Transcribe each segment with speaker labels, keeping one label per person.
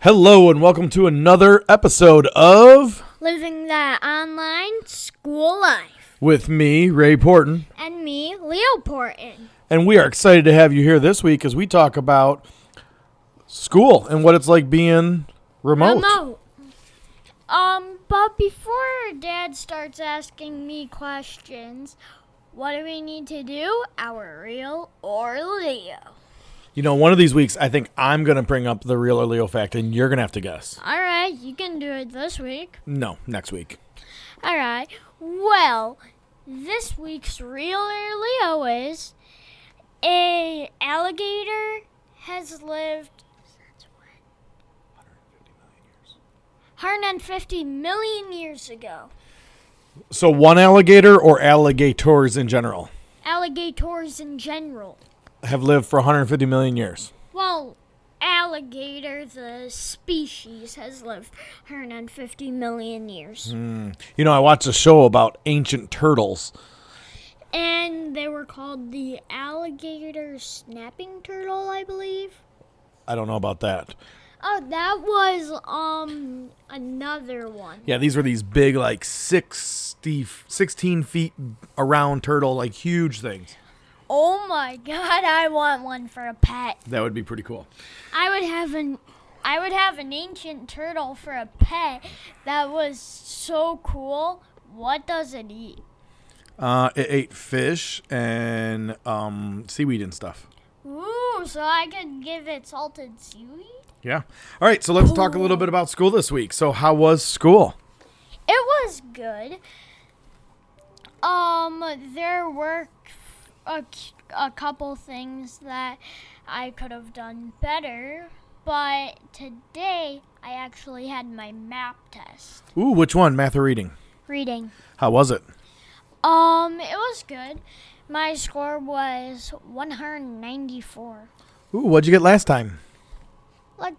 Speaker 1: Hello and welcome to another episode of
Speaker 2: living that online school life.
Speaker 1: with me Ray Porton
Speaker 2: And me, Leo Porton.
Speaker 1: and we are excited to have you here this week as we talk about school and what it's like being remote.
Speaker 2: Remote. Um, but before Dad starts asking me questions, what do we need to do? Our real or Leo?
Speaker 1: You know, one of these weeks I think I'm going to bring up the real or Leo fact and you're going to have to guess.
Speaker 2: All right, you can do it this week.
Speaker 1: No, next week.
Speaker 2: All right. Well, this week's real or Leo is a alligator has lived 150 million years ago.
Speaker 1: So one alligator or alligators in general
Speaker 2: Alligators in general.
Speaker 1: have lived for 150 million years.
Speaker 2: Well, alligator, the species, has lived 150 million years.
Speaker 1: You know, I watched a show about ancient turtles.
Speaker 2: And they were called the alligator snapping turtle, I believe.
Speaker 1: I don't know about that.
Speaker 2: Oh, that was um another one.
Speaker 1: Yeah, these were these big, like 60, 16 feet around turtle, like huge things.
Speaker 2: Oh my god, I want one for a pet.
Speaker 1: That would be pretty cool.
Speaker 2: I would have an I would have an ancient turtle for a pet. That was so cool. What does it eat?
Speaker 1: Uh, it ate fish and um, seaweed and stuff.
Speaker 2: Ooh, so I could give it salted seaweed?
Speaker 1: Yeah. All right, so let's talk a little bit about school this week. So, how was school?
Speaker 2: It was good. Um, there were a, c- a couple things that I could have done better, but today I actually had my map test
Speaker 1: Ooh, which one? Math or reading?
Speaker 2: reading.
Speaker 1: How was it?
Speaker 2: Um, it was good. My score was 194.
Speaker 1: Ooh, what'd you get last time?
Speaker 2: Like,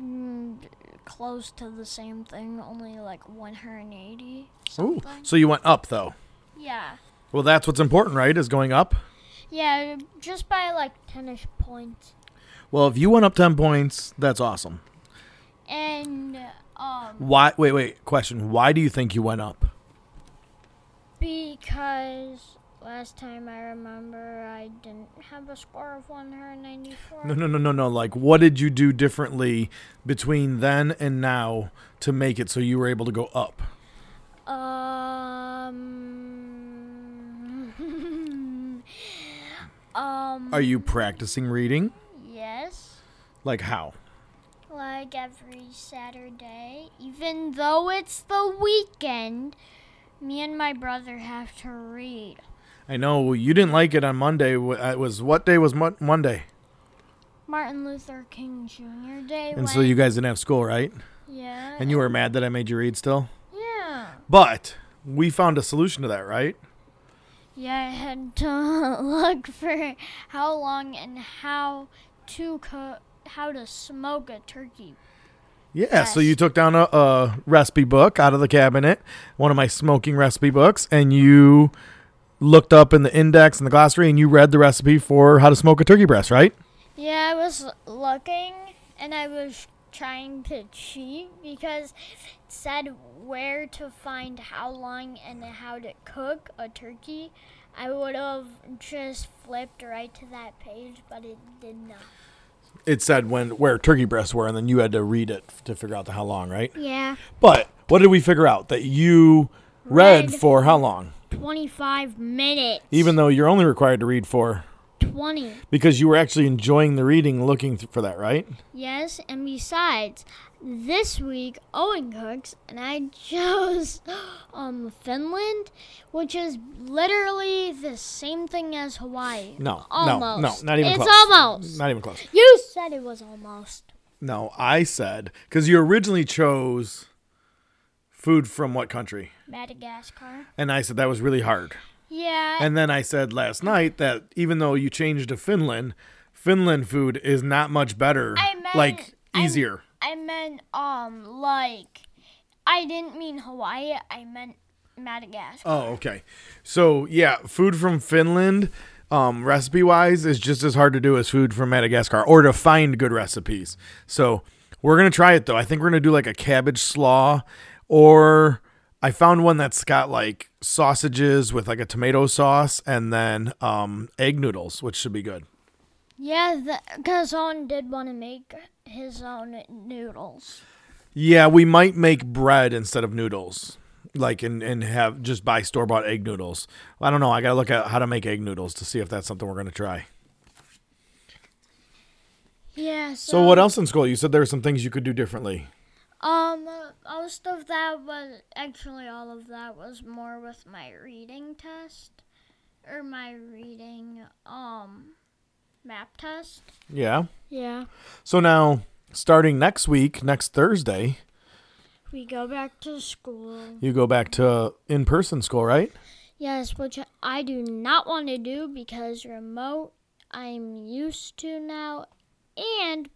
Speaker 2: mm, close to the same thing, only like 180.
Speaker 1: Ooh,
Speaker 2: something.
Speaker 1: so you went up though.
Speaker 2: Yeah.
Speaker 1: Well, that's what's important, right? Is going up.
Speaker 2: Yeah, just by like 10 ish points.
Speaker 1: Well, if you went up ten points, that's awesome.
Speaker 2: And, um,
Speaker 1: Why? Wait, wait. Question: Why do you think you went up?
Speaker 2: because last time I remember I didn't have a score of 194.
Speaker 1: No, no, no, no, no. Like, what did you do differently between then and now to make it so you were able to go up?
Speaker 2: Um. um.
Speaker 1: Are you practicing reading?
Speaker 2: Yes.
Speaker 1: Like, how?
Speaker 2: Like every Saturday, even though it's the weekend, me and my brother have to read.
Speaker 1: I know you didn't like it on Monday. Wh- uh, It was what day was Mon- Monday?
Speaker 2: Martin Luther King Jr. Day.
Speaker 1: And
Speaker 2: when,
Speaker 1: so you guys didn't have school, right?
Speaker 2: Yeah.
Speaker 1: And you were mad that I made you read still?
Speaker 2: Yeah.
Speaker 1: But we found a solution to that, right?
Speaker 2: Yeah, I had to look for how long and how to co- how to smoke a turkey.
Speaker 1: Yeah, so
Speaker 2: Yes.
Speaker 1: you took down a, a recipe book out of the cabinet, one of my smoking recipe books, and you looked up in the index and the glossary and you read the recipe for how to smoke a turkey breast, right?
Speaker 2: Yeah, I was looking and I was trying to cheat because it said where to find how long and how to cook a turkey. I would have just flipped right to that page, but it did not.
Speaker 1: It said when where turkey breasts were, and then you had to read it to figure out the how long, right?
Speaker 2: Yeah.
Speaker 1: But what did we figure out? That you read,
Speaker 2: Read.
Speaker 1: for how long?
Speaker 2: 25 minutes.
Speaker 1: Even though you're only required to read for
Speaker 2: 20.
Speaker 1: because you were actually enjoying the reading, looking th- for that, right?
Speaker 2: Yes, and besides, this week Owen cooks, and I chose um Finland, which is literally the same thing as Hawaii.
Speaker 1: No,
Speaker 2: almost.
Speaker 1: no, no, not even
Speaker 2: it's
Speaker 1: close.
Speaker 2: almost.
Speaker 1: Not even close.
Speaker 2: you said it was almost.
Speaker 1: No, I said because you originally chose food from what country,
Speaker 2: Madagascar.
Speaker 1: and I said that was really hard.
Speaker 2: Yeah.
Speaker 1: And then I said last night that even though you changed to Finland, Finland food is not much better.
Speaker 2: I meant-
Speaker 1: like
Speaker 2: I-
Speaker 1: easier.
Speaker 2: I meant um like I didn't mean Hawaii. I meant Madagascar.
Speaker 1: oh, okay. So yeah, food from Finland, um, recipe wise, is just as hard to do as food from Madagascar, or to find good recipes. So We're gonna try it though. I think we're gonna do like a cabbage slaw, or I found one that's got like sausages with like a tomato sauce and then um, egg noodles, which should be good.
Speaker 2: Yeah, because On did want to make his own noodles.
Speaker 1: Yeah, we might make bread instead of noodles, like and and have just buy store bought egg noodles. I don't know. I gotta look at how to make egg noodles to see if that's something we're gonna try.
Speaker 2: Yeah.
Speaker 1: So, what else in school? You said there were some things you could do differently.
Speaker 2: Um, most of that was actually all of that was more with my reading test or my reading um map test.
Speaker 1: Yeah.
Speaker 2: Yeah.
Speaker 1: So now, starting next week, next Thursday,
Speaker 2: We go back to school.
Speaker 1: you go back to in person school, right?
Speaker 2: Yes, which I do not want to do because remote I'm used to now and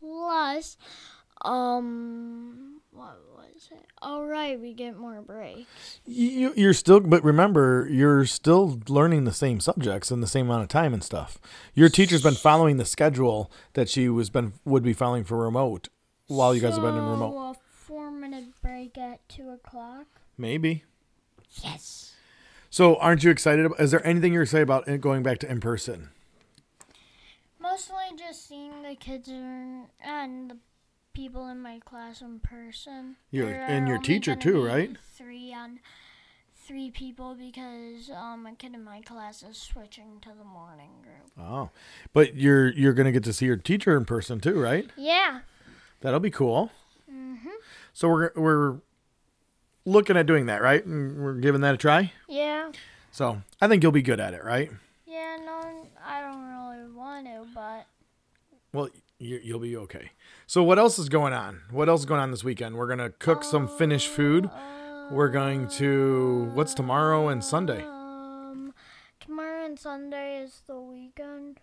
Speaker 2: plus um what was it? All right, we get more break.
Speaker 1: You you're still, but remember, you're still learning the same subjects in the same amount of time and stuff. Your teacher's been following the schedule that she was been would be following for remote while you guys have been in remote.
Speaker 2: A four minute break at two o'clock.
Speaker 1: Maybe.
Speaker 2: Yes.
Speaker 1: So, aren't you excited? ab- Is there anything you're excited about in- going back to in person?
Speaker 2: Mostly just seeing the kids in, and the people in my class in person.
Speaker 1: Your-
Speaker 2: There
Speaker 1: and
Speaker 2: are
Speaker 1: your
Speaker 2: only
Speaker 1: teacher
Speaker 2: gonna
Speaker 1: too,
Speaker 2: be
Speaker 1: right?
Speaker 2: Three on three people because um a kid in my class is switching to the morning group.
Speaker 1: Oh, but you're you're gonna get to see your teacher in person too, right?
Speaker 2: Yeah.
Speaker 1: That'll be cool. So we're we're looking at doing that, right? And we're giving that a try.
Speaker 2: Yeah.
Speaker 1: So I think you'll be good at it, right?
Speaker 2: Yeah, no, I don't really want to, but
Speaker 1: Well, you, you'll be okay. So what else is going on? What else is going on this weekend? We're gonna cook some Finnish food. We're going to
Speaker 2: uh,
Speaker 1: what's tomorrow and Sunday,
Speaker 2: um, tomorrow and Sunday is the weekend.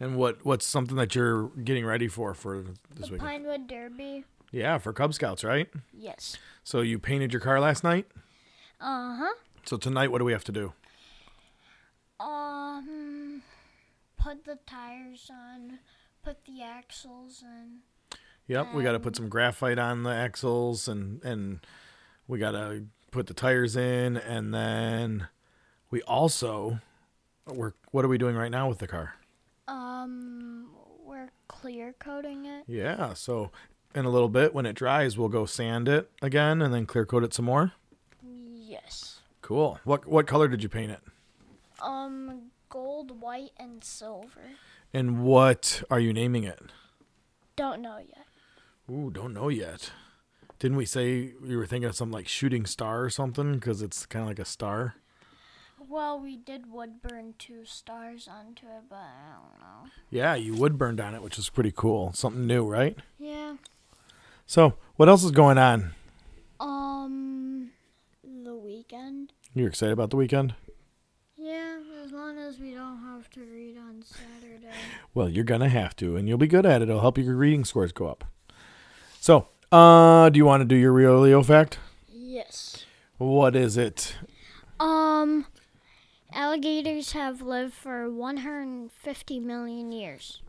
Speaker 1: and what what's something that you're getting ready for for this
Speaker 2: The
Speaker 1: weekend?
Speaker 2: Pinewood Derby.
Speaker 1: Yeah, for Cub Scouts, right?
Speaker 2: Yes.
Speaker 1: So you painted your car last night.
Speaker 2: Uh huh.
Speaker 1: So tonight, what do we have to do?
Speaker 2: Um, put the tires on, put the axles in.
Speaker 1: Yep, we got to put some graphite on the axles and and we got to put the tires in and then we also we're what are we doing right now with the car?
Speaker 2: Um, we're clear coating it.
Speaker 1: Yeah, so in a little bit when it dries, we'll go sand it again and then clear coat it some more.
Speaker 2: Yes.
Speaker 1: Cool. What what color did you paint it?
Speaker 2: Um, gold, white, and silver.
Speaker 1: And what are you naming it?
Speaker 2: Don't know yet.
Speaker 1: Ooh, don't know yet. Didn't we say we were thinking of something like shooting star or something because it's kind of like a star?
Speaker 2: Well, we did wood burn two stars onto it, but I don't know.
Speaker 1: Yeah, you wood burned on it, which is pretty cool. Something new, right?
Speaker 2: Yeah.
Speaker 1: So, what else is going on?
Speaker 2: Um, the weekend.
Speaker 1: You're excited about the weekend?
Speaker 2: Yeah, as long as we don't have to read on Saturday.
Speaker 1: Well, you're gonna have to, and you'll be good at it. It'll help your reading scores go up. So, uh, do you want to do your Riolio fact?
Speaker 2: Yes.
Speaker 1: What is it?
Speaker 2: Um, alligators have lived for 150 million years.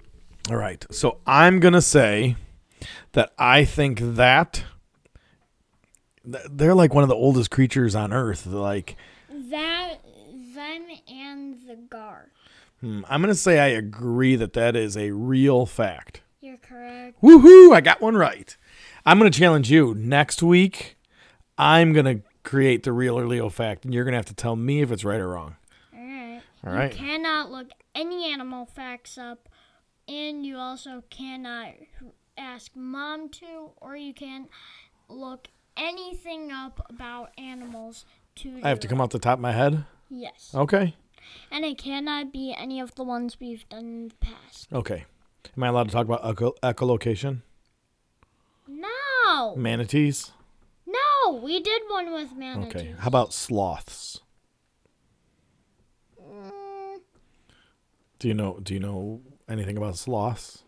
Speaker 1: All right. So I'm gonna say that I think that th- they're like one of the oldest creatures on Earth. Like,
Speaker 2: That, them, and the gar.
Speaker 1: hmm, I'm gonna say I agree that that is a real fact.
Speaker 2: You're correct.
Speaker 1: Woohoo! I got one right. I'm going to challenge you next week. I'm going to create the real or Leo fact, and you're going to have to tell me if it's right or wrong.
Speaker 2: All right.
Speaker 1: All right.
Speaker 2: You cannot look any animal facts up, and you also cannot ask mom to, or you can look anything up about animals to.
Speaker 1: I have to come off the top of my head.
Speaker 2: Yes.
Speaker 1: Okay.
Speaker 2: And it cannot be any of the ones we've done in the past.
Speaker 1: Okay. Am I allowed to talk about echo- echolocation?
Speaker 2: No!
Speaker 1: Manatees?
Speaker 2: No! We did one with manatees.
Speaker 1: Okay. How about sloths?
Speaker 2: Mm,
Speaker 1: Do you know do you know anything about sloths?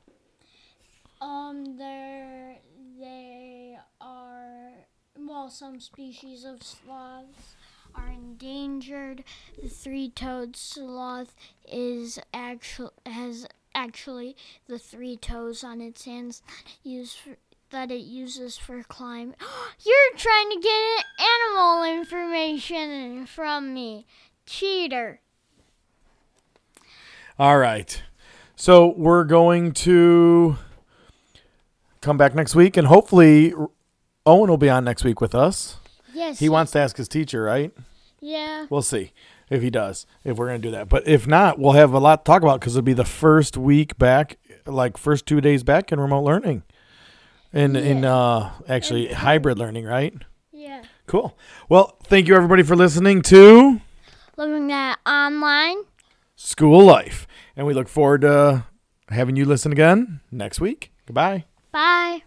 Speaker 2: um, they're. They are. Well, some species of sloths are endangered. The three-toed sloth is actually has actually the three toes on its hands, not used for, that it uses for climb. You're trying to get animal information from me, cheater.
Speaker 1: All right. So we're going to come back next week, and hopefully Owen will be on next week with us.
Speaker 2: Yes.
Speaker 1: He wants to ask his teacher, right?
Speaker 2: Yeah.
Speaker 1: We'll see if he does, if we're going to do that. But if not, we'll have a lot to talk about because it'll be the first week back, like first two days back in remote learning. And in uh, actually hybrid learning, right?
Speaker 2: Yeah.
Speaker 1: Cool. Well, thank you everybody for listening to
Speaker 2: Living that online.
Speaker 1: School Life. And we look forward to having you listen again next week. Goodbye.
Speaker 2: Bye.